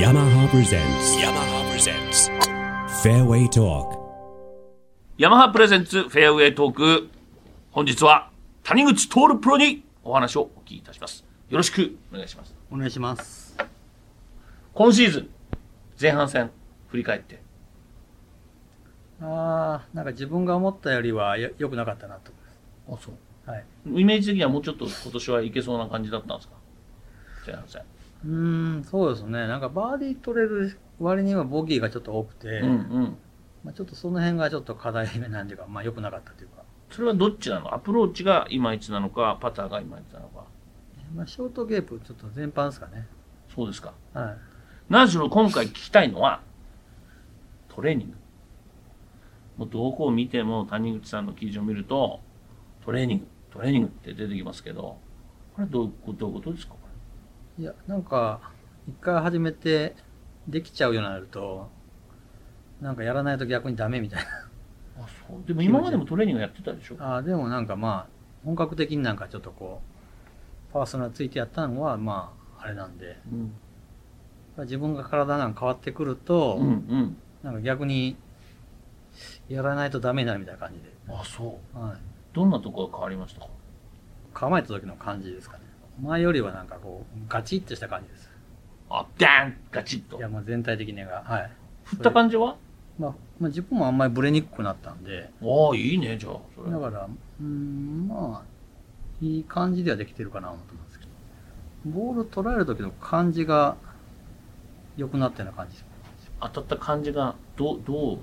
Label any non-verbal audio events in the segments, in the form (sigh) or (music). yamaha presents yamaha presents fairway talk ヤマハプレゼンツフェアウェイトーク。本日は谷口徹プロにお話をお聞きいたします。よろしくお願いします。お願いします。今シーズン、前半戦、振り返って。ああ、なんか自分が思ったよりはよ良くなかったなと。あ、そう。はい。イメージ的にはもうちょっと今年はいけそうな感じだったんですか前半戦。うーん、そうですね。なんかバーディー取れる割にはボギーがちょっと多くて、うんうん。まあちょっとその辺がちょっと課題なんていうか、まあ良くなかったというか。それはどっちなのアプローチがいまいちなのか、パターがいまいちなのか。まあショートゲープ、ちょっと全般ですかね。そうですか。はい。何しろ今回聞きたいのは、トレーニング。もうどこを見ても谷口さんの記事を見ると、トレーニング、トレーニングって出てきますけど、これどういうことどういうことですかこいや、なんか、一回始めてできちゃうようになると、なんかやらない (laughs) と逆にダメみたいれあそうでも今までもトレーニングやってたでしょな。ああ、でもなんかまあ、本格的になんかちょっとこう、パーソナルついてやったのは、まあ、あれなんで。うん。自分が体が変わってくると、うんうん。なんか逆にやらないとダメになるみたいな感じで、あ、そう。はい、どんなとこが変わりましたか構えた時の感じですかね前よりはなんかこうガチッとした感じですあ、ダーンガチッとい。やまあ全体的にがはい、振った感じはまあ、まあ自分もあんまりブレにくくなったんでああ、いいね、じゃあ。それだからうーんまあいい感じではできてるかなと思うんですけどボール捉える時の感じが良くなったような感じです当たった感じがどう、どうなるんだろ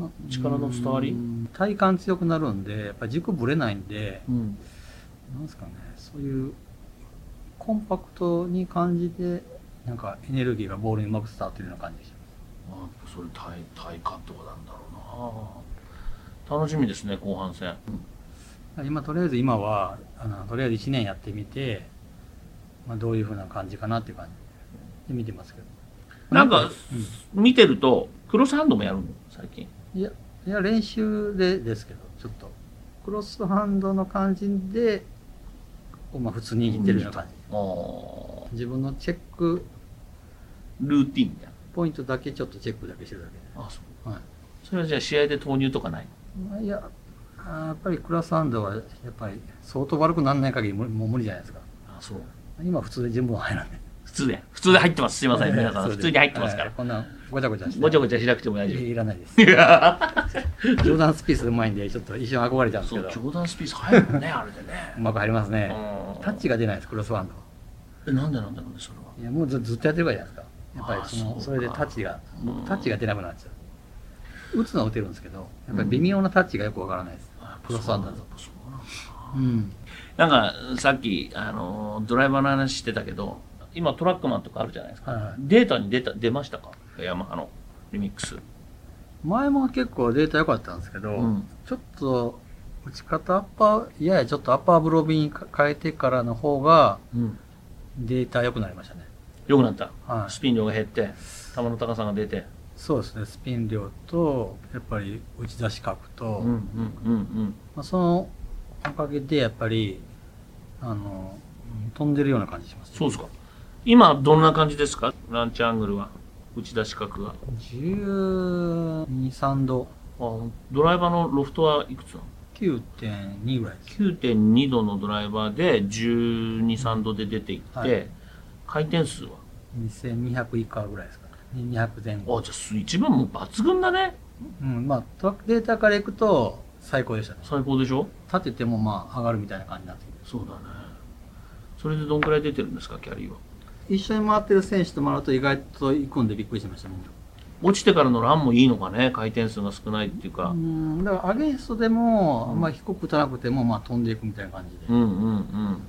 まあ力の伝わりうん体幹強くなるんでやっぱり軸ぶれないんでう。うん。なんですかね、そういうコンパクトに感じて、なんかエネルギーがボールにうまく伝わってるような感じでしあそれ体体感とかなんだろうな楽しみですね後半戦、た。今、とりあえず今は、あのとりあえず1年やってみて、まあ、どういうふうな感じかなっていう感じで見てますけど。なんか、見てるとクロスハンドもやるの最近いや、いや練習でですけど、ちょっと、クロスハンドの感じで、こうまあ、普通にいってるような感じ。あー自分のチェックルーティンみたいポイントだけちょっとチェックだけしてるだけで。なあそはいそれはじゃあ試合で投入とかないまあいや、あーやっぱりクラスハンドはやっぱり相当悪くならない限りもうもう無理じゃないですか。あそう今普通で全部は入らない。普通で普通で入ってますすいません皆さそんうで普す通に入ってますかはらいこんなごちゃごちゃして。ごちゃごちゃしなくても大丈いらないです。 (laughs) 夫いやジョーダンスピースうまいんで、ちょっと一瞬憧れちゃうんですそけうど、冗談スピース入るもんねあれでねうまく入りますね。うんタッチが出ないです、クロスハンドは。えなんでなんだろうねそれはいや、もうずずっとやってればいいじゃないですか。やっぱりそあーのそうかそれでタッチが、うん僕タッチが出なくなっちゃう。打つのは打てるんですけど、やっぱり微妙なタッチがよくわからないです。あクロスハンドやだっと。ぱそうなんだうん。なんかさっき、あのードライバーの話してたけど今トラックマンとかあるじゃないですか、はいはいデータに出た出ましたかヤマハのリミックス、前も結構データ良かったんですけど、うんちょっと打ち方アッパー、いややちょっとアッパーブロビに変えてからの方がデータ良くなりましたね。よくなった、はいスピン量が減って球の高さが出てそうですね、スピン量と、やっぱり打ち出し角と、うんうんうんまあ、そのおかげでやっぱり、あの、うん飛んでるような感じします、そうですか今どんな感じですかランチアングルは打ち出し角が12、3度、あドライバーのロフトはいくつなの9.2ぐらいです。 9.2度のドライバーで1 2 3度で出ていって、はい回転数は2200以下ぐらいですかね。200前後。あじゃあ一番もう抜群だねうん、まあ、トラックデータからいくと最高でしたね。最高でしょ立ててもまあ上がるみたいな感じになってきてそうだね。それでどんくらい出てるんですか、キャリーは。一緒に回ってる選手と回ると意外と行くんでびっくりしましたみんな落ちてからのランもいいのかね、回転数が少ないっていうかう。んだからアゲンストでも、まあ低く打たなくてもまあ飛んでいくみたいな感じで、うんうんうんうん。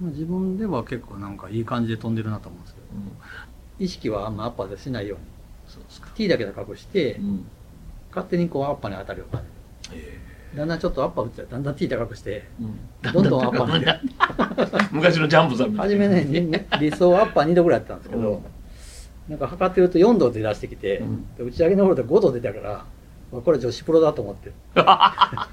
まあ、自分では結構なんかいい感じで飛んでるなと思うんですけど意識はあんまアッパーでしないようにそうですか。 T だけで隠してうん。勝手にこうアッパーに当たるような感じだんだんちょっとアッパー打ってたらだんだん T 高くしてうん。どんどんアッパーに (laughs) 昔のジャンプさんみたい初めねね理想はアッパー2度ぐらいやったんですけど、うんなんか測ってると4度で出してきて、うんで打ち上げの方で5度出たからまあこれ女子プロだと思 (laughs) ってな。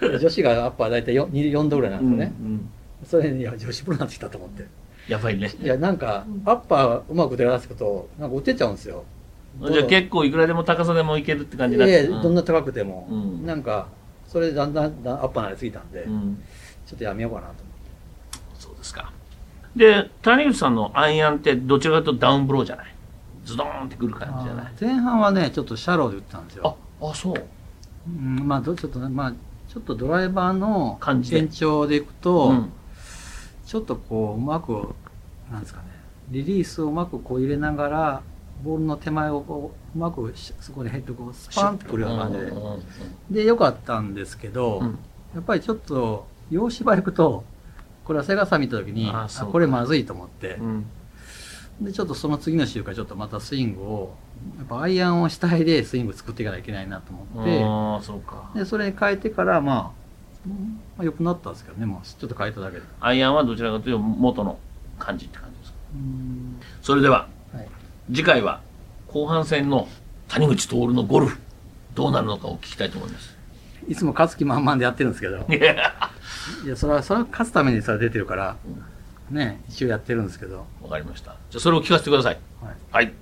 で女子がアッパー大体 4, 4度ぐらいなんですよね、うんそれにいや女子プロになってきたと思ってやばいね。いや、なんか、アッパーうまく出らすと、なんか落ちちゃうんですよ。じゃあ結構いくらでも高さでもいけるって感じだいやいやうんどんな高くても、うんなんか、それでだんだんだんアッパーになりすぎたんで、うん。ちょっとやめようかなと思そうですか。で、谷口さんのアイアンってどちらかというとダウンブローじゃないズドーンってくる感じじゃなっいて。前半はね、ちょっとシャローで打ったんですあよ。、あ、そう。うん、まあ、どちょっとね、まあ、ちょっとドライバーの感じで延長でいくと、うん。ちょっとこう、うまく、なんですかね、リリースをうまくこう入れながら、ボールの手前をこう、うまくしそこでヘッドこう、スパンってくるような感じでうん。うんうんで、良かったんですけど、うんやっぱりちょっと、洋芝行くと、これはセガサ見た時に、ああそうかこれまずいと思って、うんで、ちょっとその次の週からちょっとまたスイングを、やっぱアイアンを主体でスイング作っていかなきゃいけないなと思っああ、そうかて、。で、それに変えてから、まあ、うんまあ、良くなったんですけどね、もうちょっと変えただけで。アイアンはどちらかというと元の感じって感じですか。うんそれでは、はい次回は後半戦の谷口徹のゴルフ、どうなるのかを聞きたいと思います。いつも勝つ気満々でやってるんですけど、いや、それは、それは勝つためにそれは出てるから、ね、一応やってるんですけど、わかりました。じゃあそれを聞かせてください。ははい。い。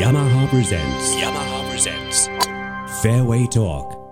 yamaha presents yamaha presents fairway talk